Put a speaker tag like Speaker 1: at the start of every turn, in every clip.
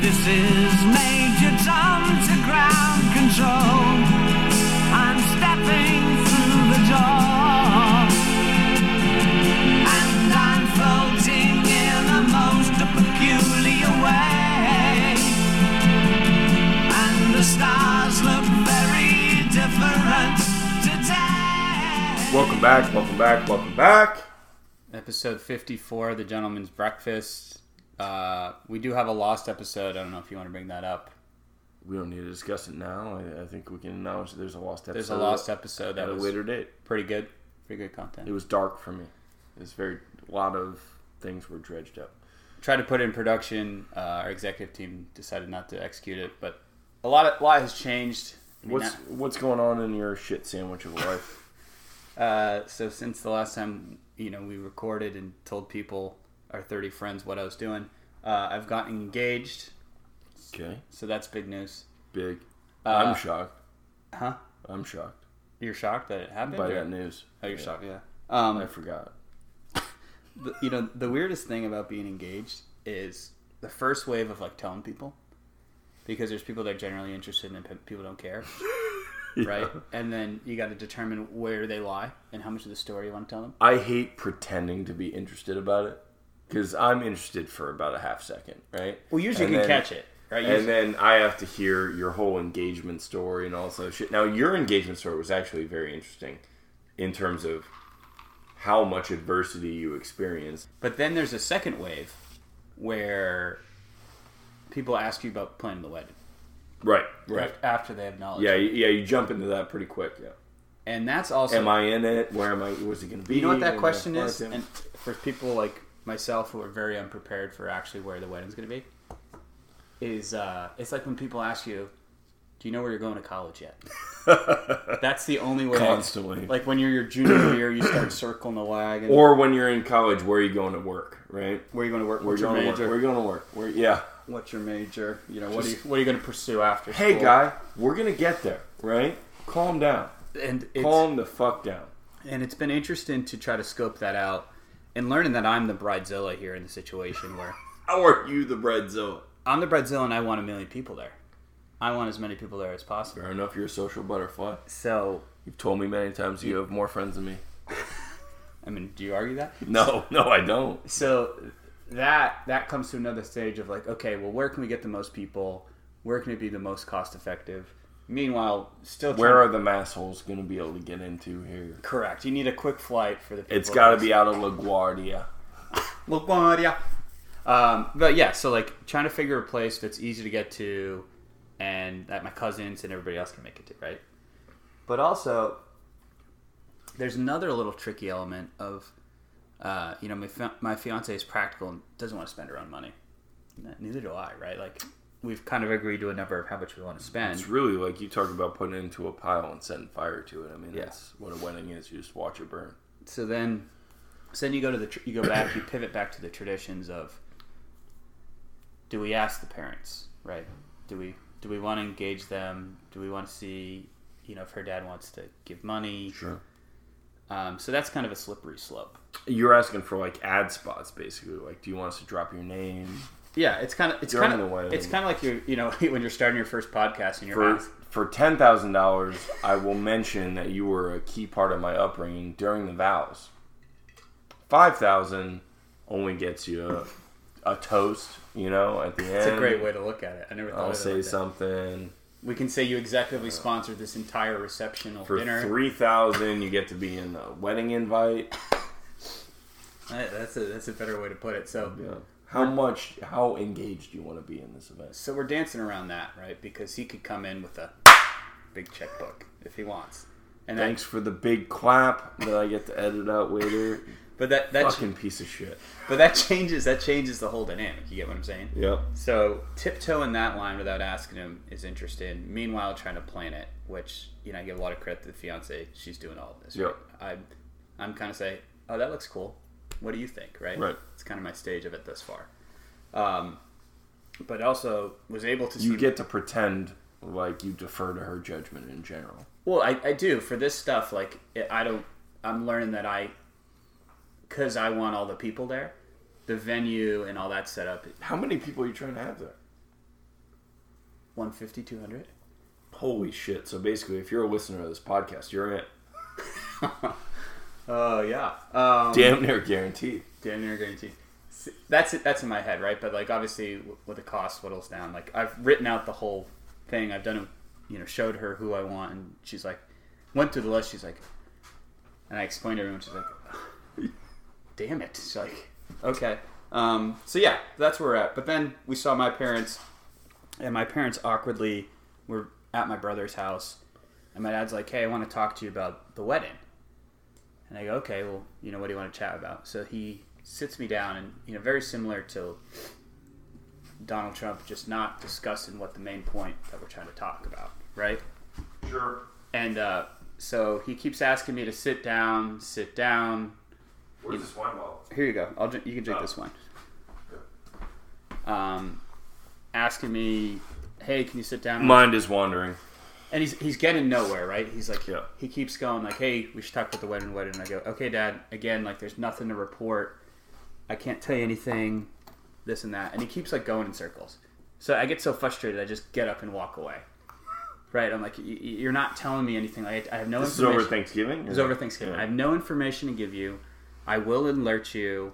Speaker 1: This is Major Tom to ground control. I'm stepping through the door. And I'm floating in a most peculiar way. And the stars look very different today.
Speaker 2: Welcome back, welcome back, welcome back.
Speaker 3: Episode 54, The Gentleman's Breakfast. Uh, we do have a lost episode. I don't know if you want to bring that up.
Speaker 2: We don't need to discuss it now. I, I think we can acknowledge that there's a lost episode.
Speaker 3: There's a lost episode
Speaker 2: at
Speaker 3: that
Speaker 2: a
Speaker 3: was
Speaker 2: later date.
Speaker 3: pretty good. Pretty good
Speaker 2: uh, It
Speaker 3: content.
Speaker 2: was dark for me. It was very a lot of things were dredged up.
Speaker 3: Tried to put it in production. Uh, our executive team decided not to execute it, but a lot, of, a lot has changed. I mean,
Speaker 2: What's what's going on in your shit sandwich of life?
Speaker 3: Uh, so since the last time you know we recorded and told people our 30 friends what I was doing, uh, I've gotten engaged.
Speaker 2: okay,
Speaker 3: So that's big news.
Speaker 2: big.
Speaker 3: Uh,
Speaker 2: I'm shocked.
Speaker 3: Huh?
Speaker 2: I'm shocked
Speaker 3: You're shocked that it happened?
Speaker 2: by
Speaker 3: or-
Speaker 2: that news.
Speaker 3: Oh, you're
Speaker 2: Yeah.
Speaker 3: shocked. Yeah.
Speaker 2: I
Speaker 3: Um,
Speaker 2: forgot.
Speaker 3: the- you know, the weirdest thing about being engaged is the first wave of like telling people, because there's people that are generally interested and then pe- people don't care, right? And then you got to determine where they lie and how much of the story you want to tell them.
Speaker 2: I hate pretending to be interested about it because I'm interested for about a half second, right?
Speaker 3: Well, usually you
Speaker 2: And
Speaker 3: can
Speaker 2: then-
Speaker 3: catch it, right?
Speaker 2: And then I have to hear your whole engagement story and all this other shit. Now, your engagement story was actually very interesting in terms of how much adversity you experienced.
Speaker 3: But then there's a second wave where people ask you about planning the wedding
Speaker 2: Right, right.
Speaker 3: after they have knowledge.
Speaker 2: Yeah, y- yeah. You jump into that pretty quick. Yeah.
Speaker 3: And that's also
Speaker 2: Am I in it? Where am I? What's it going to be? uh,
Speaker 3: you know what that
Speaker 2: Am I
Speaker 3: question is?
Speaker 2: part of it?
Speaker 3: And for people like myself who are very unprepared for actually where the wedding's going to be is uh it's like when people ask you do you know where you're going to college yet? That's the only way.
Speaker 2: Constantly.
Speaker 3: Like when you're your junior year, you start circling the wagon. Or
Speaker 2: or when you're in college, where are you going to work? Right?
Speaker 3: where you going to work?
Speaker 2: Where
Speaker 3: What's
Speaker 2: you
Speaker 3: your
Speaker 2: going to work?
Speaker 3: major?
Speaker 2: Where you going to work? Where? Yeah.
Speaker 3: What's your major? You know, what are you,
Speaker 2: Just-
Speaker 3: what are you going to pursue after?
Speaker 2: Hey,
Speaker 3: school?
Speaker 2: guy, we're gonna get there, right? Calm down.
Speaker 3: and it's,
Speaker 2: Calm the fuck down.
Speaker 3: and it's been interesting to try to scope that out and learning that I'm the bridezilla here in the situation where
Speaker 2: How are you, the bread zone?
Speaker 3: I'm the bridezilla and I want a million people there. I want as many people there as possible.
Speaker 2: Fair enough. You're a social butterfly.
Speaker 3: So,
Speaker 2: You've told me many times you have more friends than me.
Speaker 3: I mean, do you argue that?
Speaker 2: No, no, I don't.
Speaker 3: So that that comes to another stage of like, okay, well, where can we get the most people? Where can it be the most cost effective? Meanwhile, still
Speaker 2: Where
Speaker 3: trying-
Speaker 2: are the massholes gonna be able to get into here?
Speaker 3: correct? You need a quick flight for the. People
Speaker 2: It's got to be out of LaGuardia.
Speaker 3: LaGuardia. Um, but yeah, so like trying to figure a place that's easy to get to and that my cousins and everybody else can make it to, right? But also, there's another little tricky element of, uh, you know, my, fi- my fiance is practical and doesn't want to spend her own money. Neither do I, right? Like, we've kind of agreed to a number of how much we want to spend.
Speaker 2: It's really like you talk about putting it into a pile and setting fire to it. I mean,
Speaker 3: Yeah.
Speaker 2: that's what a wedding is. You just watch it burn.
Speaker 3: so then so then you go to the tr- you go back you pivot back to the traditions of do we ask the parents right do we do we want to engage them do we want to see you know if her dad wants to give money
Speaker 2: Sure.
Speaker 3: um, so that's kind of a slippery slope
Speaker 2: You're asking for like ad spots, basically. Like, do you want us to drop your name
Speaker 3: yeah it's kind of it's
Speaker 2: During
Speaker 3: kind
Speaker 2: the wedding.
Speaker 3: of it's kind of like you you know when you're starting your first podcast and you're
Speaker 2: for
Speaker 3: asked
Speaker 2: for ten thousand dollars, I will mention that you were a key part of my upbringing during the vows. Five thousand only gets you a, a toast, you know, at the end.
Speaker 3: it's a great way to look at it. I never thought
Speaker 2: I'll
Speaker 3: of it
Speaker 2: say
Speaker 3: like that.
Speaker 2: something
Speaker 3: We can say you executively sponsored this entire reception or
Speaker 2: for
Speaker 3: dinner.
Speaker 2: three thousand. You get to be in the wedding invite.
Speaker 3: Uh, That's a that's a better way to put it. So
Speaker 2: Yeah. How much? How engaged do you want to be in this event?
Speaker 3: So we're dancing around that, right? Because he could come in with a big checkbook if he wants. And that,
Speaker 2: Thanks for the big clap that I get to edit out later.
Speaker 3: but that that
Speaker 2: Fucking piece of shit.
Speaker 3: but that changes that changes the whole dynamic. You get what I'm saying?
Speaker 2: Yep.
Speaker 3: So tiptoeing that line without asking him is interesting. Meanwhile, trying to plan it, which you know, I give a lot of credit to the fiance. She's doing all of this.
Speaker 2: Yep.
Speaker 3: Right? I, I'm kind of say, oh, that looks cool. What do you think? Right.
Speaker 2: Right.
Speaker 3: It's kind of my stage of it thus far. Um, but also was able to
Speaker 2: You
Speaker 3: see
Speaker 2: get to pretend like you defer to her judgment in general.
Speaker 3: Well, I, I do for this stuff. Like it, I don't. I'm learning that I, because I want all the people there, the venue and all that setup.
Speaker 2: How many people are you trying to have there?
Speaker 3: 150, 200.
Speaker 2: Holy shit. So basically, if you're a listener of this podcast, you're in.
Speaker 3: Oh, yeah. Um,
Speaker 2: Damn near guaranteed.
Speaker 3: Damn near guaranteed. S- That's it. That's in my head, right? But like, obviously, w- with the cost, whittles down. Like, I've written out the whole thing. I've done, a, you know, showed her who I want, and she's like, went through the list. She's like, and I explained to everyone. She's like, damn it. She's like, okay. Um, so yeah, that's where we're at. But then we saw my parents, and my parents awkwardly were at my brother's house, and my dad's like, hey, I want to talk to you about the wedding. And I go, okay, well, you know, what do you want to chat about? So he sits me down, and you know, very similar to Donald Trump, just not discussing what the main point that we're trying to talk about, right?
Speaker 2: Sure.
Speaker 3: And uh, so he keeps asking me to sit down, sit down.
Speaker 2: Where's this wine bottle?
Speaker 3: Here you go. I'll drink, you can drink
Speaker 2: Oh.
Speaker 3: this one. Um, asking me, hey, can you sit down?
Speaker 2: Mind is wandering.
Speaker 3: and he's he's getting nowhere, right? He's like,
Speaker 2: Yeah.
Speaker 3: he keeps going like, hey, we should talk about the wedding, wedding. And I go, okay, Dad. Again, like, there's nothing to report. I can't tell you anything, this and that. And he keeps like going in circles. So I get so frustrated, I just get up and walk away. Right? I'm like, "Y- y- you're not telling me anything. Like, I I have no
Speaker 2: This is
Speaker 3: information.
Speaker 2: over Thanksgiving?
Speaker 3: It's over Thanksgiving. I have no information to give you. I will alert you.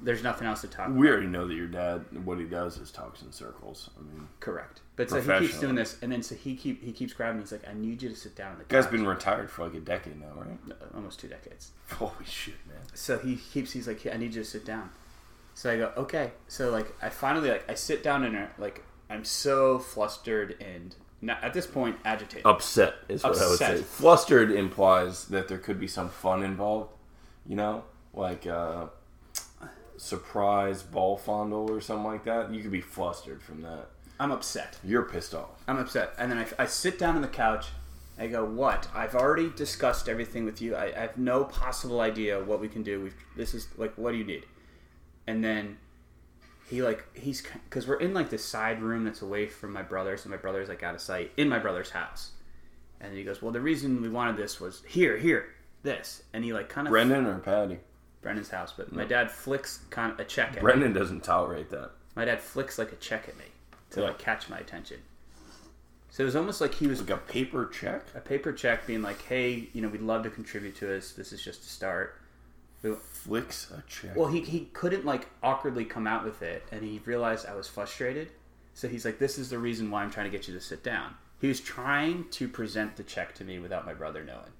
Speaker 3: There's nothing else to talk.
Speaker 2: We already know that your dad, what he does is talks in circles. I mean,
Speaker 3: Correct. But so he keeps
Speaker 2: Professional.
Speaker 3: doing this, and then so he keep he keeps grabbing. me. He's like, I need you to sit down. On the
Speaker 2: guy's
Speaker 3: couch."
Speaker 2: been retired for like a decade now, right?
Speaker 3: almost two decades.
Speaker 2: Holy shit, man.
Speaker 3: so he keeps he's like "Hey, i need you to sit down so i go okay so like i finally like i sit down and uh, like i'm so flustered and not, at this point agitated
Speaker 2: Upset is what I would
Speaker 3: Upset.
Speaker 2: say. Flustered implies that there could be some fun involved, you know? Like, uh, surprise ball fondle or something like that. You could be flustered from that.
Speaker 3: i'm upset
Speaker 2: You're pissed off.
Speaker 3: i'm upset and then I, I sit down on the couch i go what i've already discussed everything with you i, I have no possible idea what we can do We've, this is like what do you need and then he like he's because we're in like this side room that's away from my brother's and my brother's like out of sight in my brother's house and he goes well the reason we wanted this was here here this and he like kind of
Speaker 2: Brendan or Patty?
Speaker 3: brendan's house but my dad flicks kind of a check at me.
Speaker 2: Brendan doesn't tolerate that.
Speaker 3: my dad flicks like a check at me to
Speaker 2: Yeah.
Speaker 3: like catch my attention so it was almost like he was
Speaker 2: Like a paper check?
Speaker 3: a paper check being like hey you know we'd love to contribute to this this is just a start
Speaker 2: Flicks a check.
Speaker 3: Well, he, he couldn't like awkwardly come out with it, and he realized I was frustrated. So he's like, "This is the reason why I'm trying to get you to sit down." He was trying to present the check to me without my brother knowing.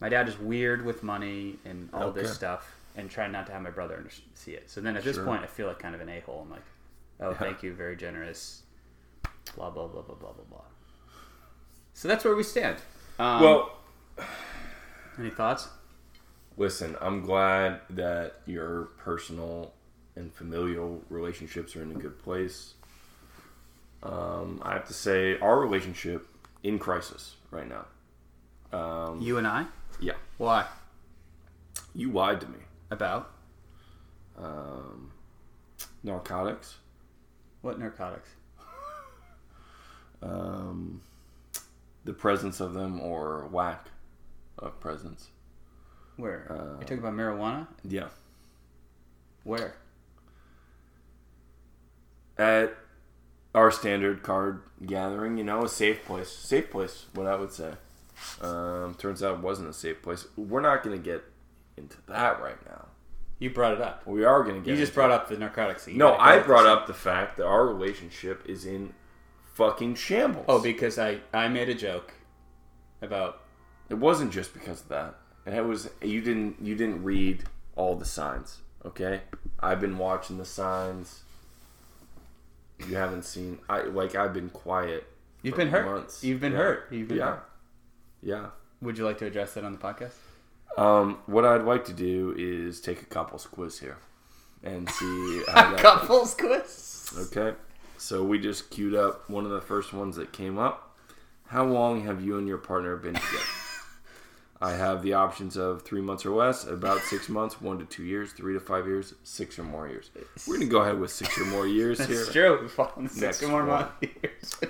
Speaker 3: My dad is weird with money and all
Speaker 2: Okay.
Speaker 3: this stuff, and trying not to have my brother under- see it. So then at
Speaker 2: Sure.
Speaker 3: this point, I feel like kind of an a hole. I'm like, "Oh, thank you, very generous." Blah blah blah blah blah blah blah. So that's where we stand. Um,
Speaker 2: well
Speaker 3: any thoughts?
Speaker 2: Listen, I'm glad that your personal and familial relationships are in a good place. Um, I have to say, our relationship in crisis right now. um,
Speaker 3: You and I.
Speaker 2: Yeah,
Speaker 3: Why?
Speaker 2: you lied to me.
Speaker 3: About
Speaker 2: Narcotics.
Speaker 3: what narcotics?
Speaker 2: Um, the presence of them or lack of presence.
Speaker 3: Where? You're talking about marijuana?
Speaker 2: Yeah.
Speaker 3: Where?
Speaker 2: At our standard card gathering, you know, a safe place. Safe place, what I would say. Um, turns out it wasn't a safe place. We're not going to get into that right now.
Speaker 3: You brought it up.
Speaker 2: We are going to get.
Speaker 3: You just
Speaker 2: into-
Speaker 3: brought up the narcotics. scene.
Speaker 2: No, I brought up the fact that our relationship is in fucking shambles.
Speaker 3: Oh, because I I made a joke about
Speaker 2: it wasn't just because of that. And it was you didn't you didn't read all the signs. Okay, I've been watching the signs. You haven't seen. I like I've been quiet.
Speaker 3: you've
Speaker 2: for
Speaker 3: been hurt.
Speaker 2: months.
Speaker 3: You've been
Speaker 2: Yeah.
Speaker 3: hurt. You've been
Speaker 2: yeah,
Speaker 3: hurt.
Speaker 2: yeah.
Speaker 3: Would you like to address that on the podcast?
Speaker 2: Um, what I'd like to do is take a couples quiz here, and see how that
Speaker 3: Couples quiz.
Speaker 2: Okay. So we just queued up one of the first ones that came up. How long have you and your partner been together? I have the options of three months or less, about six months, one to two years, three to five years, six or more years. We're gonna go ahead with six or more years here.
Speaker 3: It's true. We've fallen
Speaker 2: Next
Speaker 3: six or more
Speaker 2: one.
Speaker 3: months.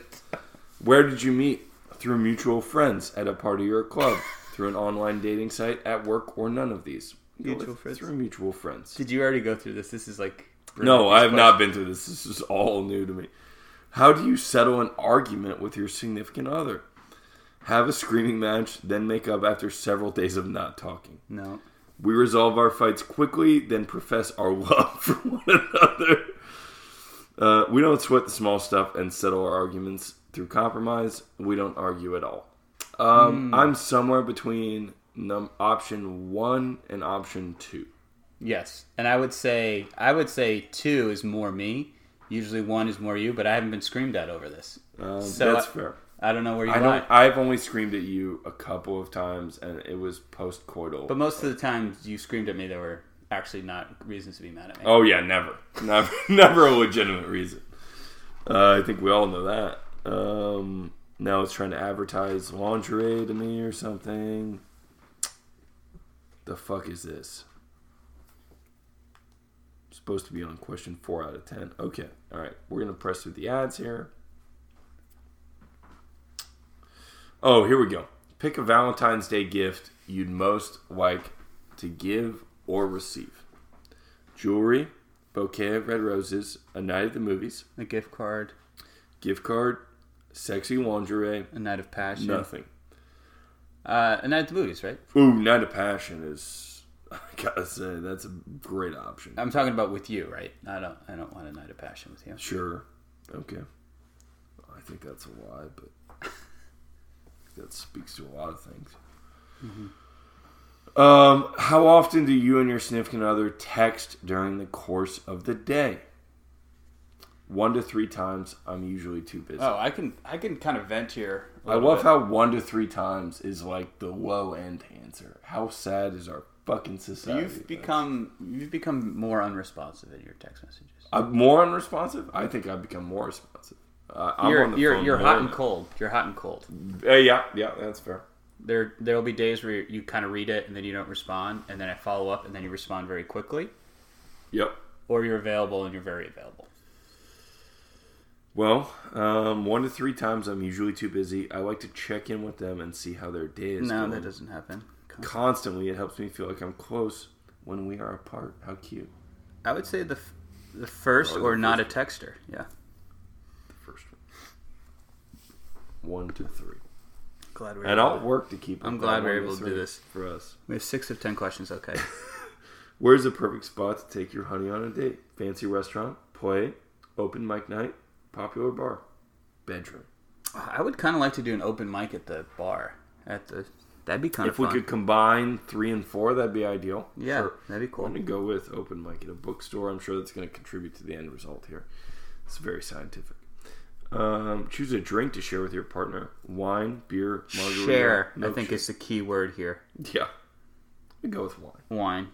Speaker 2: Where did you meet? Through mutual friends at a party or a club, through an online dating site, at work, or none of these. Go with
Speaker 3: Mutual friends.
Speaker 2: Through mutual friends.
Speaker 3: Did you already go through this? This is like
Speaker 2: No, I have not been through this. This is all new to me. How do you settle an argument with your significant other? Have a screaming match, then make up after several days of not talking.
Speaker 3: No.
Speaker 2: We resolve our fights quickly, then profess our love for one another. Uh, we don't sweat the small stuff and settle our arguments through compromise. We don't argue at all. Um, I'm somewhere between num- option one and option two.
Speaker 3: Yes, and I would say I would say two is more me. Usually one is more you, but I haven't been screamed at over this.
Speaker 2: Um,
Speaker 3: So
Speaker 2: that's
Speaker 3: I-
Speaker 2: fair.
Speaker 3: I don't know where you
Speaker 2: I
Speaker 3: lie.
Speaker 2: don't. I've only screamed at you a couple of times, and it was post-coital.
Speaker 3: But most of the times you screamed at me, there were actually not reasons to be mad at me.
Speaker 2: oh yeah, never, never, never a legitimate reason. Uh, I think we all know that. Um, now it's trying to advertise lingerie to me or something. The fuck is this? Supposed to be on question four out of ten. Okay, all right. We're gonna press through the ads here. Oh, here we go. Pick a Valentine's Day gift you'd most like to give or receive jewelry, bouquet of red roses, a night at the movies,
Speaker 3: A gift card,
Speaker 2: gift card, sexy lingerie,
Speaker 3: a night of passion,
Speaker 2: nothing.
Speaker 3: uh, a night at the movies, right?
Speaker 2: Ooh, night of passion is. I gotta say, that's a great option.
Speaker 3: I'm talking about with you, right? I don't, I don't want a night of passion with you.
Speaker 2: Sure. Okay. I think that's a lie, but that speaks to a lot of things. Um, how often do you and your significant other text during the course of the day? One to three times. I'm usually too busy.
Speaker 3: Oh, I can, I can kind of vent here. a
Speaker 2: I
Speaker 3: little
Speaker 2: love
Speaker 3: bit.
Speaker 2: how one to three times is like the low end answer. How sad is our fucking society?
Speaker 3: you've become, you've become more unresponsive in your text messages.
Speaker 2: Uh, I'm more unresponsive. I think I've become more responsive. Uh, I'm on
Speaker 3: You're,
Speaker 2: the
Speaker 3: you're,
Speaker 2: phone
Speaker 3: you're
Speaker 2: more
Speaker 3: hot and
Speaker 2: now.
Speaker 3: cold. You're hot and cold.
Speaker 2: Uh, yeah, yeah, that's fair.
Speaker 3: there there will be days where you kind of read it and then you don't respond and then i follow up and then you respond very quickly
Speaker 2: Yep.
Speaker 3: or you're available and you're very available
Speaker 2: Well, um, one to three times I'm usually too busy. I like to check in with them and see how their day is
Speaker 3: no
Speaker 2: going.
Speaker 3: that doesn't happen
Speaker 2: Constantly, it helps me feel like I'm close when we are apart. How cute.
Speaker 3: i would say the f- the first
Speaker 2: Probably
Speaker 3: or
Speaker 2: Oh, the
Speaker 3: not a texter yeah
Speaker 2: The first one. One to three.
Speaker 3: glad we're
Speaker 2: And I'll work to keep.
Speaker 3: I'm
Speaker 2: up
Speaker 3: glad
Speaker 2: that
Speaker 3: we're
Speaker 2: one
Speaker 3: able to do
Speaker 2: three
Speaker 3: this.
Speaker 2: for us.
Speaker 3: we have six of ten questions okay
Speaker 2: Where's the perfect spot to take your honey on a date? Fancy restaurant, play, open mic night, popular bar, bedroom.
Speaker 3: i would kind of like to do an open mic at the bar at the that'd be kind
Speaker 2: If
Speaker 3: of
Speaker 2: we
Speaker 3: fun
Speaker 2: could combine three and four, that'd be ideal.
Speaker 3: yeah
Speaker 2: Sure.
Speaker 3: that'd be
Speaker 2: I'm
Speaker 3: cool
Speaker 2: gonna go with open mic at a bookstore. I'm sure that's gonna contribute to the end result here. It's very scientific. Um, choose a drink to share with your partner: wine, beer, margarita.
Speaker 3: share i
Speaker 2: milkshake.
Speaker 3: think is the key word here
Speaker 2: yeah. We go with wine.
Speaker 3: wine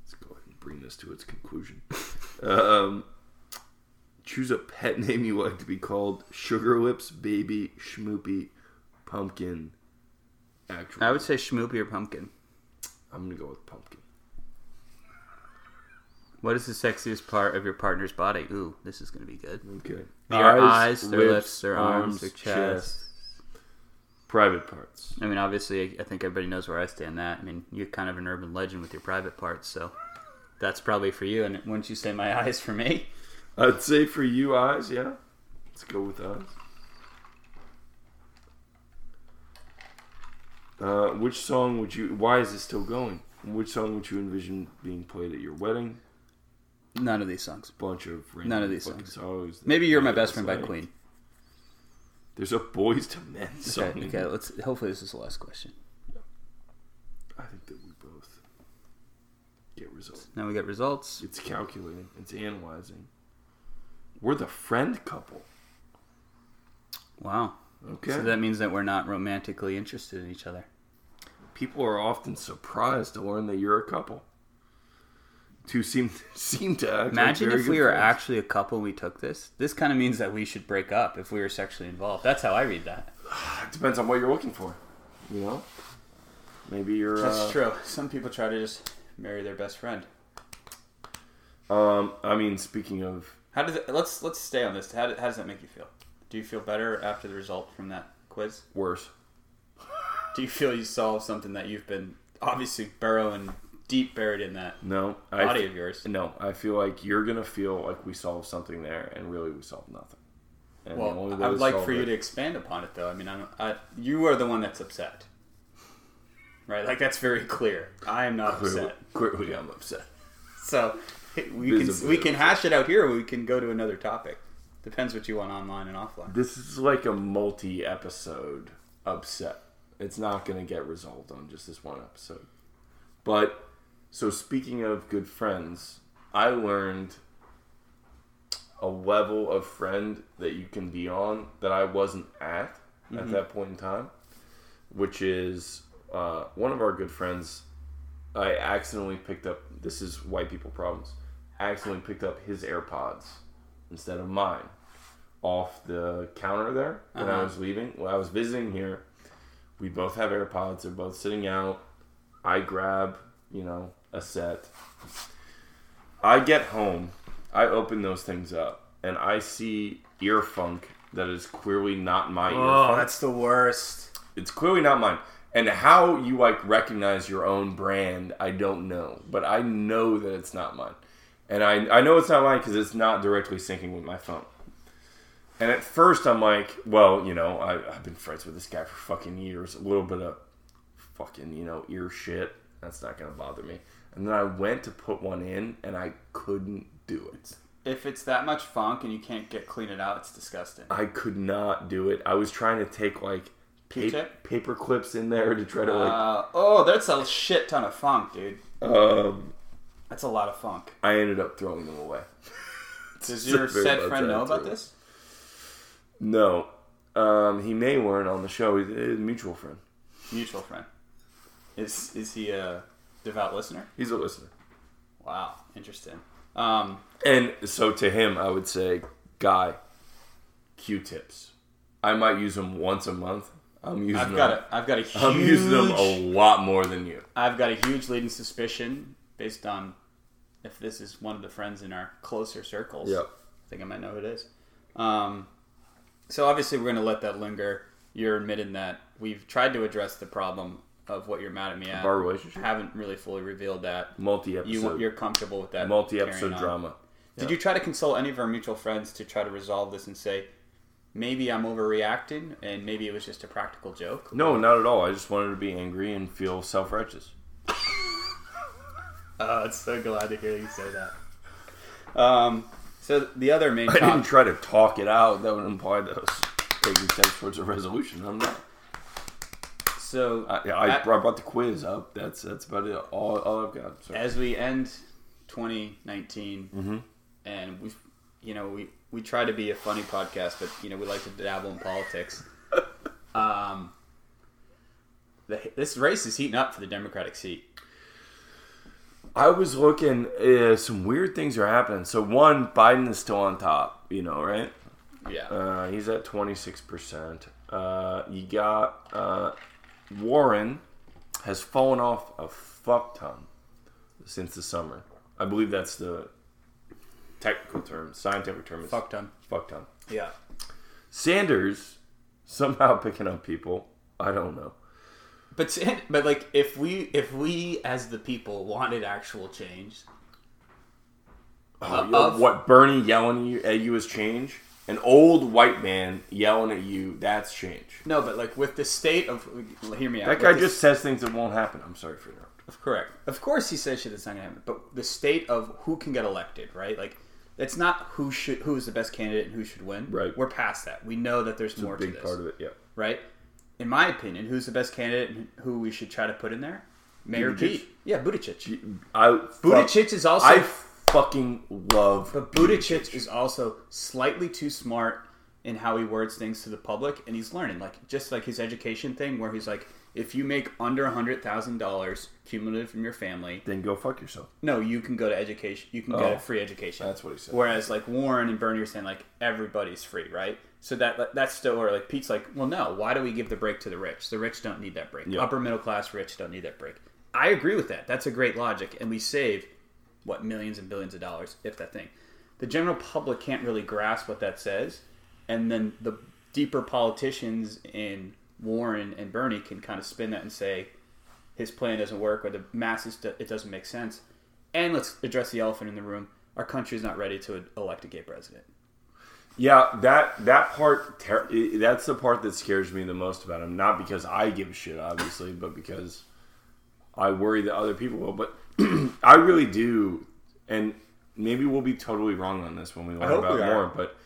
Speaker 2: Let's go ahead and bring this to its conclusion. um, choose a pet name you like to be called: Sugar Lips, Baby, Schmoopy, Pumpkin. Actually,
Speaker 3: i would say schmoopy or pumpkin
Speaker 2: I'm gonna go with Pumpkin.
Speaker 3: what is the sexiest part of your partner's body ooh this is gonna be good
Speaker 2: Okay.
Speaker 3: Their eyes, their lips, their arms, their chest.
Speaker 2: Private parts.
Speaker 3: I mean, obviously, I think everybody knows where I stand. That I mean, you're kind of an urban legend with your private parts, so that's probably for you. And wouldn't you say my eyes for me?
Speaker 2: I'd say for you, eyes, yeah. Let's go with eyes. Uh, which song would you? Why is it still going? Which song would you envision being played at your wedding?
Speaker 3: None of these songs.
Speaker 2: Bunch of random
Speaker 3: None of these
Speaker 2: fucking
Speaker 3: songs.
Speaker 2: songs.
Speaker 3: Maybe you're my
Speaker 2: Yeah,
Speaker 3: best
Speaker 2: it's
Speaker 3: friend by
Speaker 2: like-
Speaker 3: Queen.
Speaker 2: There's a boys to men song.
Speaker 3: Okay,
Speaker 2: in
Speaker 3: okay.
Speaker 2: there.
Speaker 3: Let's. Hopefully, this is the last question.
Speaker 2: I think that we both get results.
Speaker 3: Now we got results.
Speaker 2: It's calculating. It's analyzing. We're the friend couple.
Speaker 3: Wow.
Speaker 2: Okay.
Speaker 3: So that means that we're not romantically interested in each other.
Speaker 2: People are often surprised to learn that you're a couple. Two seem seem to act like
Speaker 3: Imagine
Speaker 2: very
Speaker 3: if we
Speaker 2: good
Speaker 3: were
Speaker 2: friends.
Speaker 3: actually a couple and we took this. This kind of means that we should break up if we were sexually involved. That's how I read that.
Speaker 2: It depends on what you're looking for. You know, maybe you're. uh,
Speaker 3: true. Some people try to just marry their best friend.
Speaker 2: Um, I mean, speaking of,
Speaker 3: How does it, let's let's stay on this. How, do, how does that make you feel? Do you feel better after the result from that quiz?
Speaker 2: worse.
Speaker 3: Do you feel you solved something that you've been obviously burrowing deep buried in that
Speaker 2: No, I
Speaker 3: body
Speaker 2: f-
Speaker 3: of yours.
Speaker 2: No, I feel like you're gonna feel like we solved something there, and really we solved nothing. And the only
Speaker 3: Well,
Speaker 2: way
Speaker 3: I
Speaker 2: to
Speaker 3: would like
Speaker 2: solve
Speaker 3: for you
Speaker 2: it-
Speaker 3: to expand upon it, though. I mean, I don't, I, you are the one that's upset, right? Like that's very clear. I am not
Speaker 2: Clearly,
Speaker 3: upset.
Speaker 2: clearly, I'm upset.
Speaker 3: So we can
Speaker 2: Visibly
Speaker 3: we can hash it out here, or we can go to another topic. Depends what you want online and offline.
Speaker 2: This is like a multi-episode upset. It's not gonna get resolved on just this one episode. But so speaking of good friends, I learned a level of friend that you can be on that I wasn't at at that point in time, which is uh, one of our good friends. I accidentally picked up. This is white people problems. I accidentally picked up his AirPods instead of mine off the counter there when I
Speaker 3: Uh-huh.
Speaker 2: was leaving. When I was visiting here, we both have AirPods. They're both sitting out. I grab, you know, a set. I get home, I open those things up, and I see ear funk that is clearly not my ear funk.
Speaker 3: Oh, the worst.
Speaker 2: It's clearly not mine. And how you like recognize your own brand, I don't know, but I know that it's not mine, and I I know it's not mine because it's not directly syncing with my phone. And at first, I'm like, well, you know, I, I've been friends with this guy for fucking years. A little bit of fucking, you know, ear shit. That's not gonna bother me. And then I went to put one in, and I couldn't do it.
Speaker 3: If it's that much funk and you can't get clean it out, it's disgusting.
Speaker 2: I could not do it. I was trying to take like pa-
Speaker 3: Q-tip?
Speaker 2: paper clips in there to try to like.
Speaker 3: Uh, oh, that's a shit ton of funk, dude.
Speaker 2: um,
Speaker 3: That's a lot of funk.
Speaker 2: I ended up throwing them away.
Speaker 3: Does your
Speaker 2: Very
Speaker 3: said
Speaker 2: much
Speaker 3: friend know
Speaker 2: that,
Speaker 3: about
Speaker 2: too.
Speaker 3: this?
Speaker 2: No, um, he may weren't on the show. He's a mutual friend.
Speaker 3: Mutual friend. Is is he a devout listener?
Speaker 2: He's a listener.
Speaker 3: Wow, interesting. Um,
Speaker 2: And so to him, I would say, guy, Q-tips. I might use them once a month. I'm using
Speaker 3: I've
Speaker 2: them.
Speaker 3: got a, I've got a huge,
Speaker 2: I'm using them a lot more than you.
Speaker 3: I've got a huge leading suspicion based on if this is one of the friends in our closer circles.
Speaker 2: Yep.
Speaker 3: I think I might know who it is. Um, so obviously we're going to let that linger. You're admitting that we've tried to address the problem of what you're mad at me at.
Speaker 2: Our relationship,
Speaker 3: haven't really fully revealed that. You
Speaker 2: multi-episode,
Speaker 3: you're comfortable with that carrying
Speaker 2: multi-episode
Speaker 3: on.
Speaker 2: drama.
Speaker 3: Did
Speaker 2: Yeah.
Speaker 3: you try to consult any of our mutual friends to try to resolve this and say maybe I'm overreacting and maybe it was just a practical joke?
Speaker 2: No, not at all. I just wanted to be angry and feel self-righteous.
Speaker 3: Oh, it's so glad to hear you say that. Um, so the other main
Speaker 2: I didn't
Speaker 3: topic.
Speaker 2: try to talk it out. That would imply that I was taking steps towards a resolution. I'm not.
Speaker 3: So uh,
Speaker 2: I, yeah, I,
Speaker 3: at-
Speaker 2: brought, I brought the quiz up. That's that's about it. All, all I've got. So.
Speaker 3: as we end 2019 and we you know we we try to be a funny podcast but you know we like to dabble in politics um the, this race is heating up for the democratic seat
Speaker 2: I was looking. Uh, some weird things are happening. So one, Biden is still on top. You know, right?
Speaker 3: yeah
Speaker 2: Uh, he's at twenty six percent. You got uh, Warren has fallen off a fuck ton since the summer. I believe that's the technical term. Scientific term is
Speaker 3: fuck ton
Speaker 2: fuck ton.
Speaker 3: yeah
Speaker 2: Sanders somehow picking up people. I don't know.
Speaker 3: but San- but like if we if we as the people wanted actual change
Speaker 2: Oh,
Speaker 3: Uh,
Speaker 2: yo,
Speaker 3: of-
Speaker 2: what Bernie yelling you, at you is change? An old white man yelling at you, that's change.
Speaker 3: no but like with the state of hear me out
Speaker 2: That
Speaker 3: With
Speaker 2: guy
Speaker 3: the
Speaker 2: just says things that won't happen. I'm sorry for that.
Speaker 3: Correct. Of course, he says shit that's not gonna happen. But the state of who can get elected, right? Like, it's not who should who is the best candidate and who should win.
Speaker 2: Right.
Speaker 3: We're past that. We know that there's more to
Speaker 2: Big
Speaker 3: this,
Speaker 2: part of it, yeah.
Speaker 3: right? In my opinion, who's the best candidate and who we should try to put in there? Mayor
Speaker 2: Buttigieg.
Speaker 3: Pete. Yeah, Buttigieg.
Speaker 2: I
Speaker 3: Buttigieg is also,
Speaker 2: I fucking love.
Speaker 3: but Buttigieg is also slightly too smart in how he words things to the public, and he's learning. Like just like his education thing, where he's like, if you make under a hundred thousand dollars cumulative from your family,
Speaker 2: Then go fuck yourself.
Speaker 3: no, you can go to education. You can
Speaker 2: Oh.
Speaker 3: get a free education.
Speaker 2: That's what he said.
Speaker 3: Whereas like Warren and Bernie are saying like everybody's free, right? So that that's still or like Pete's like, well, no. Why do we give the break to the rich? The rich don't need that break.
Speaker 2: Yeah.
Speaker 3: Upper middle class rich don't need that break. I agree with that. That's a great logic, and we save what millions and billions of dollars if that thing. The general public can't really grasp what that says, and then the deeper politicians in Warren and Bernie can kind of spin that and say, his plan doesn't work or the masses do- it doesn't make sense. And let's address the elephant in the room: our country's not ready to elect a gay president.
Speaker 2: Yeah, that that part ter- i- that's the part that scares me the most about him. Not because I give a shit, obviously, but because I worry that other people will. But I really do, and maybe we'll be totally wrong on this when we learn
Speaker 4: hope
Speaker 2: about
Speaker 4: we are.
Speaker 2: more. But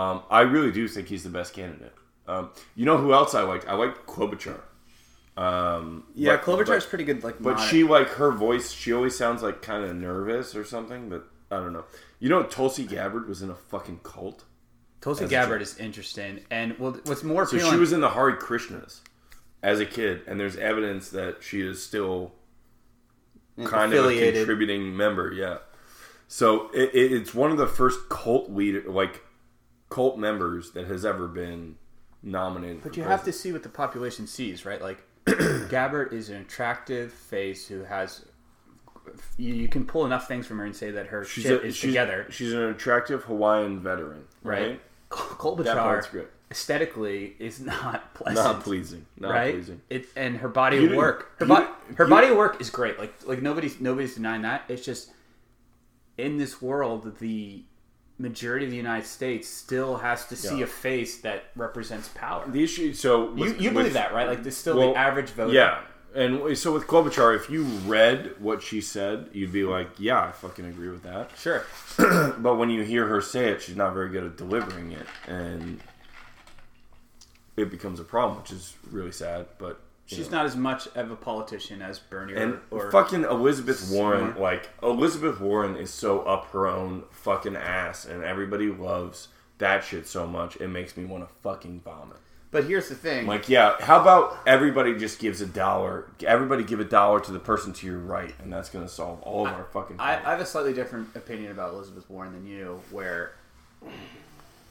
Speaker 2: um, I really do think he's the best candidate. Um, you know who else I liked? I liked Klobuchar. Um,
Speaker 4: Yeah,
Speaker 2: but-
Speaker 4: Klobuchar's
Speaker 2: but-
Speaker 4: pretty good. Like,
Speaker 2: but
Speaker 4: mod-
Speaker 2: she like her voice. She always sounds like kind of nervous or something. But I don't know. You know, Tulsi Gabbard was in a fucking cult.
Speaker 3: Tulsi
Speaker 2: a
Speaker 3: Gabbard is interesting, and well, what's more
Speaker 2: So
Speaker 3: appealing?
Speaker 2: she was in the Hare Krishnas as a kid, and there's evidence that she is still kind of a
Speaker 3: Mm, Affiliated.
Speaker 2: contributing member. Yeah. So it, it, it's one of the first cult leader, like cult members that has ever been nominated.
Speaker 3: But you have to see what the population sees, right? Like, Gabbert is an attractive face who has. You, you can pull enough things from her and say that her
Speaker 2: She's,
Speaker 3: shit
Speaker 2: a-
Speaker 3: is
Speaker 2: she's-
Speaker 3: together,
Speaker 2: she's an attractive Hawaiian veteran,
Speaker 3: right?
Speaker 2: right?
Speaker 3: Kol-
Speaker 2: That part's
Speaker 3: Klobuchar
Speaker 2: good.
Speaker 3: aesthetically is not pleasant,
Speaker 2: Not pleasing. Not
Speaker 3: right?
Speaker 2: pleasing.
Speaker 3: It and her body
Speaker 2: Oh, You
Speaker 3: of
Speaker 2: didn't-
Speaker 3: work, her,
Speaker 2: you
Speaker 3: bo-
Speaker 2: didn't-
Speaker 3: her
Speaker 2: you-
Speaker 3: body of work is great. Like like nobody's nobody's denying that. It's just in this world the majority of the United States still has to see
Speaker 2: Yeah.
Speaker 3: a face that represents power.
Speaker 2: The issue. So
Speaker 3: you
Speaker 2: with-
Speaker 3: you
Speaker 2: with-
Speaker 3: believe that, right? Like this still
Speaker 2: well,
Speaker 3: the average voter.
Speaker 2: Yeah. And w- so with Klobuchar, if you read what she said, you'd be like, "Yeah, I fucking agree with that."
Speaker 3: Sure.
Speaker 2: But when you hear her say it, she's not very good at delivering it, and it becomes a problem, which is really sad. But you
Speaker 3: She's
Speaker 2: know.
Speaker 3: not as much of a politician as Bernie
Speaker 2: And
Speaker 3: or, or
Speaker 2: fucking Elizabeth Warren,
Speaker 3: Smart.
Speaker 2: like Elizabeth Warren is so up her own fucking ass, and everybody loves that shit so much it makes me want to fucking vomit.
Speaker 3: But here's the thing.
Speaker 2: Like, yeah, how about everybody just gives a dollar? Everybody give a dollar to the person to your right, and that's gonna solve all of our fucking.
Speaker 3: I,
Speaker 2: problems.
Speaker 3: I have a slightly different opinion about Elizabeth Warren than you, where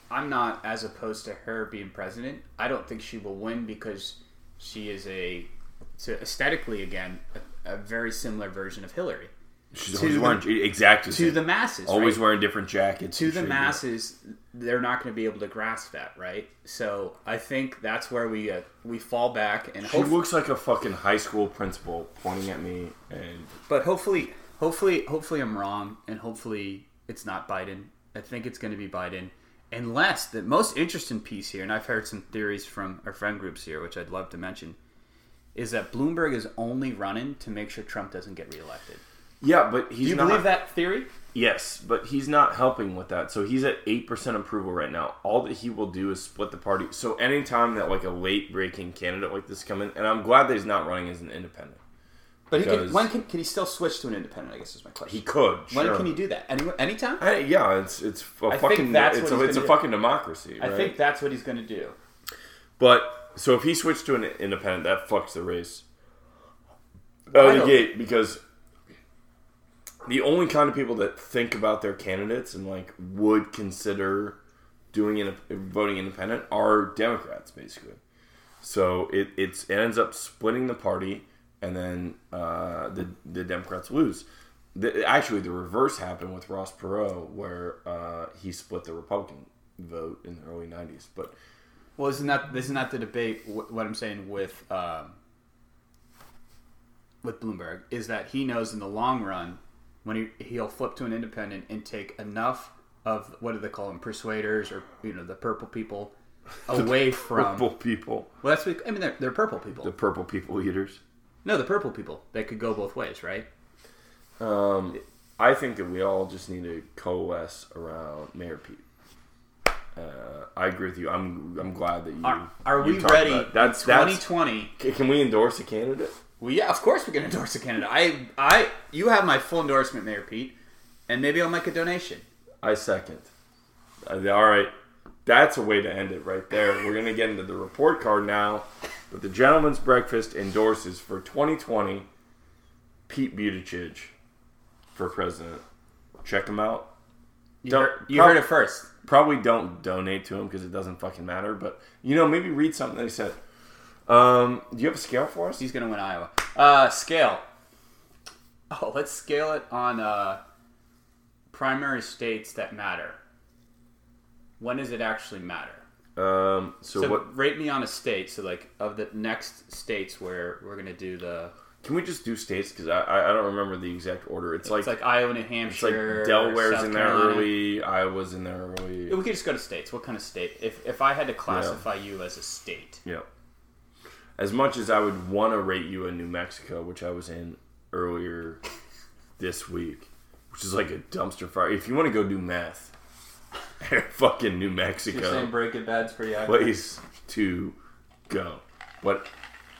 Speaker 3: I'm not as opposed to her being president. I don't think she will win because she is a, so aesthetically again, a, a very similar version of Hillary
Speaker 2: She's
Speaker 3: to
Speaker 2: always
Speaker 3: the-
Speaker 2: wearing exactly
Speaker 3: to
Speaker 2: same.
Speaker 3: the masses.
Speaker 2: always
Speaker 3: right?
Speaker 2: wearing different jackets
Speaker 3: to
Speaker 2: and
Speaker 3: the
Speaker 2: shit, yeah.
Speaker 3: masses, they're not going to be able to grasp that, right? So I think that's where we uh, we fall back and
Speaker 2: She
Speaker 3: hopefully.
Speaker 2: looks like a fucking high school principal pointing at me, and
Speaker 3: But hopefully, hopefully, hopefully, I'm wrong, and hopefully, it's not Biden. I think it's going to be Biden, unless the most interesting piece here, and I've heard some theories from our friend groups here, which I'd love to mention, is that Bloomberg is only running to make sure Trump doesn't get reelected.
Speaker 2: yeah, but he's
Speaker 3: Do you
Speaker 2: not.
Speaker 3: believe that theory?
Speaker 2: Yes, but he's not helping with that. So he's at eight percent approval right now. All that he will do is split the party. So anytime that like a late breaking candidate like this come in, and I'm glad that he's not running as an independent.
Speaker 3: But he
Speaker 2: Because-
Speaker 3: can, when can, can he still switch to an independent? I guess is my question.
Speaker 2: He could.
Speaker 3: when
Speaker 2: sure.
Speaker 3: can he do that? Any, anytime?
Speaker 2: I, yeah, it's it's a
Speaker 3: think
Speaker 2: fucking
Speaker 3: that's
Speaker 2: it's
Speaker 3: what
Speaker 2: a,
Speaker 3: he's
Speaker 2: it's a
Speaker 3: gonna do.
Speaker 2: fucking democracy. Right?
Speaker 3: I think that's what he's going to do.
Speaker 2: but so if he switched to an independent, that fucks the race out
Speaker 3: I
Speaker 2: of the
Speaker 3: don't-
Speaker 2: gate because the only kind of people that think about their candidates and like would consider doing in voting independent are Democrats basically. So it it's, it ends up splitting the party, and then uh, the the Democrats lose. The, actually, the reverse happened with Ross Perot, where uh, he split the Republican vote in the early '90s. But
Speaker 3: Well, isn't that isn't that the debate? wh- What I'm saying with um, with Bloomberg is that he knows in the long run when he he'll flip to an independent and take enough of what do they call them persuaders or you know the purple people away from.
Speaker 2: purple people,
Speaker 3: Well, that's what- I mean they're, they're purple people.
Speaker 2: the purple people eaters.
Speaker 3: no, the purple people that could go both ways, right?
Speaker 2: Um, I think that we all just need to coalesce around Mayor Pete. Uh, I agree with you. I'm I'm glad that you
Speaker 3: Are, are
Speaker 2: you
Speaker 3: we
Speaker 2: talked
Speaker 3: ready?
Speaker 2: about it. That's
Speaker 3: twenty
Speaker 2: that's.
Speaker 3: twenty.
Speaker 2: Can we endorse a candidate?
Speaker 3: Well, yeah, of course we're gonna endorse a candidate. I I you have my full endorsement, Mayor Pete, and maybe I'll make a donation.
Speaker 2: I second. Uh, all right. That's a way to end it right there. We're going to get into the report card now. But the Gentleman's Breakfast endorses for 2020 Pete Buttigieg for president. Check him out.
Speaker 3: You,
Speaker 2: Don't-
Speaker 3: heard, you
Speaker 2: prob-
Speaker 3: heard it first.
Speaker 2: Probably don't donate to him because it doesn't fucking matter. But, you know, maybe read something they said. Um, do you have a scale for us?
Speaker 3: He's gonna win Iowa. Uh, scale. Oh, let's scale it on uh, primary states that matter. When does it actually matter?
Speaker 2: Um, so,
Speaker 3: So
Speaker 2: what?
Speaker 3: rate me on a state. So like of the next states where we're gonna do the
Speaker 2: Can we just do states? Because I, I I don't remember the exact order. It's, like,
Speaker 3: it's like Iowa, New
Speaker 2: it's like
Speaker 3: Hampshire,
Speaker 2: Delaware's
Speaker 3: South
Speaker 2: in there
Speaker 3: Carolina.
Speaker 2: early. Iowa's in there early.
Speaker 3: We could just go to states. What kind of state? If if I had to classify you as a state,
Speaker 2: Yeah. As much as I would want to rate you in New Mexico, which I was in earlier this week, which is like a dumpster fire. If you want to go do math, fucking New Mexico,
Speaker 3: Breaking Bad's pretty accurate.
Speaker 2: place to go. But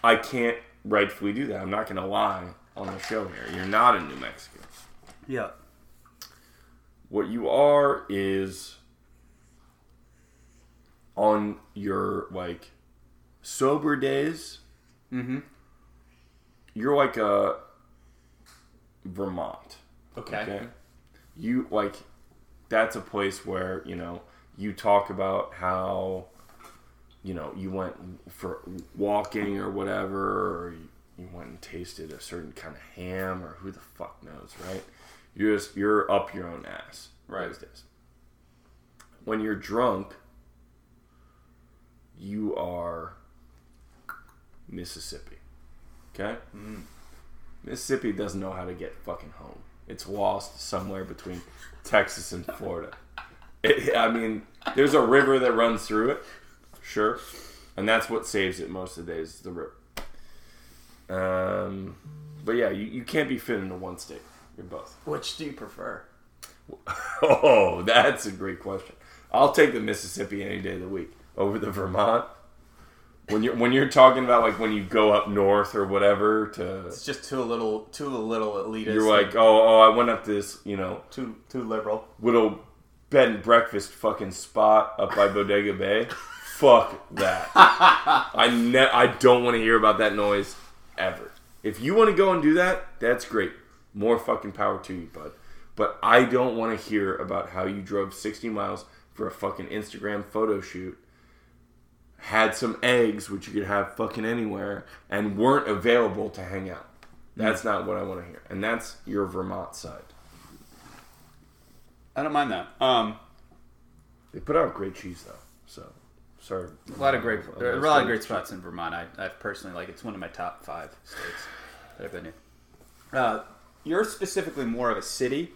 Speaker 2: I can't rightfully do that. I'm not going to lie on the show here. You're not in New Mexico.
Speaker 3: Yeah.
Speaker 2: What you are is on your like sober days. Mm-hmm. You're like a Vermont.
Speaker 3: Okay.
Speaker 2: Okay. You like that's a place where, you know, you talk about how you know, you went for walking or whatever, or you, you went and tasted a certain kind of ham or who the fuck knows, right? You're just you're up your own ass
Speaker 3: Right.
Speaker 2: these days. When you're drunk, you are Mississippi. Okay? Mississippi doesn't know how to get fucking home. It's lost somewhere between Texas and Florida. It, I mean, there's a river that runs through it, sure, and that's what saves it most of the days. The river. Um, but yeah, you, you can't be fit into one state. You're both.
Speaker 3: Which do you prefer?
Speaker 2: Oh, that's a great question. I'll take the Mississippi any day of the week over the Vermont. When you're when you're talking about like when you go up north or whatever to
Speaker 3: It's just too little, too little elitist.
Speaker 2: you're like, oh, oh, I went up this, you know,
Speaker 3: too too liberal.
Speaker 2: little bed and breakfast fucking spot up by Bodega Bay. Fuck that. I ne- I don't want to hear about that noise ever. If you want to go and do that, that's great. More fucking power to you, bud. But I don't want to hear about how you drove 60 miles for a fucking Instagram photo shoot, had some eggs, which you could have fucking anywhere, and weren't available to hang out. That's not what I want to hear. And that's your Vermont side.
Speaker 3: I don't mind that. Um,
Speaker 2: They put out great cheese though, so sorry.
Speaker 3: a lot of great, there are a lot of great spots in Vermont. I, I personally like. It's one of my top five states that I've been in. Uh, you're specifically more of a city.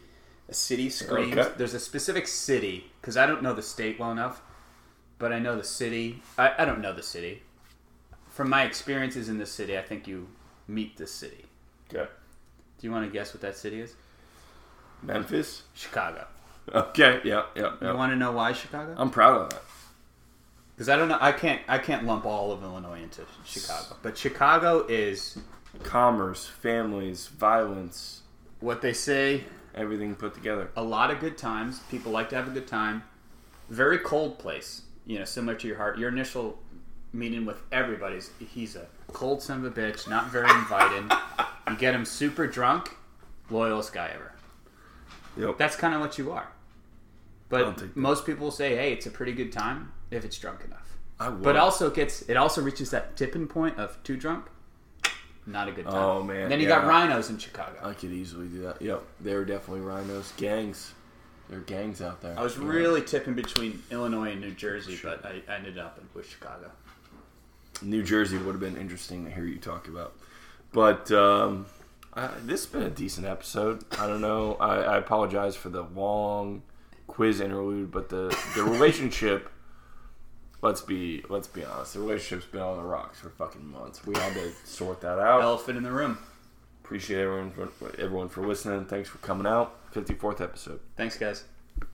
Speaker 3: A city screams.
Speaker 2: Okay.
Speaker 3: There's a specific city because I don't know the state well enough, but I know the city. I, I don't know the city. From my experiences in this city, I think you meet the city.
Speaker 2: Okay,
Speaker 3: Do you want to guess what that city is?
Speaker 2: Memphis.
Speaker 3: Chicago.
Speaker 2: Okay, yeah, yeah,
Speaker 3: You
Speaker 2: yeah.
Speaker 3: want to know why Chicago?
Speaker 2: I'm proud of that.
Speaker 3: Because I don't know. I can't. I can't lump all of Illinois into Chicago. But Chicago is
Speaker 2: Commerce, families, violence,
Speaker 3: what they say.
Speaker 2: everything put together.
Speaker 3: A lot of good times. People like to have a good time. Very cold place. You know, similar to your heart. Your initial meeting with everybody's. He's a cold son of a bitch. Not very inviting. you get him super drunk. Loyalest guy ever.
Speaker 2: Yep.
Speaker 3: That's kind of what you are.
Speaker 2: don't think
Speaker 3: But
Speaker 2: that-
Speaker 3: most people will say, "Hey, it's a pretty good time if it's drunk enough."
Speaker 2: I will.
Speaker 3: But also it gets it also reaches that tipping point of too drunk, not a good time.
Speaker 2: Oh, man,
Speaker 3: Then you
Speaker 2: yeah. Oh,
Speaker 3: got rhinos in Chicago.
Speaker 2: I could easily do that. Yep, they were definitely rhinos. Gangs, there are gangs out there.
Speaker 3: I was really tipping between Illinois and New Jersey, but I I ended up with Chicago.
Speaker 2: New Jersey would have been interesting to hear you talk about, but um, I, this has been a decent episode. I don't know. I, I apologize for the long quiz interlude, but the the relationship. Let's be let's be honest. The relationship's been on the rocks for fucking months. We had to sort that out.
Speaker 3: Elephant in the room.
Speaker 2: Appreciate everyone for, everyone for listening. Thanks for coming out. Fifty fourth episode.
Speaker 3: Thanks, guys.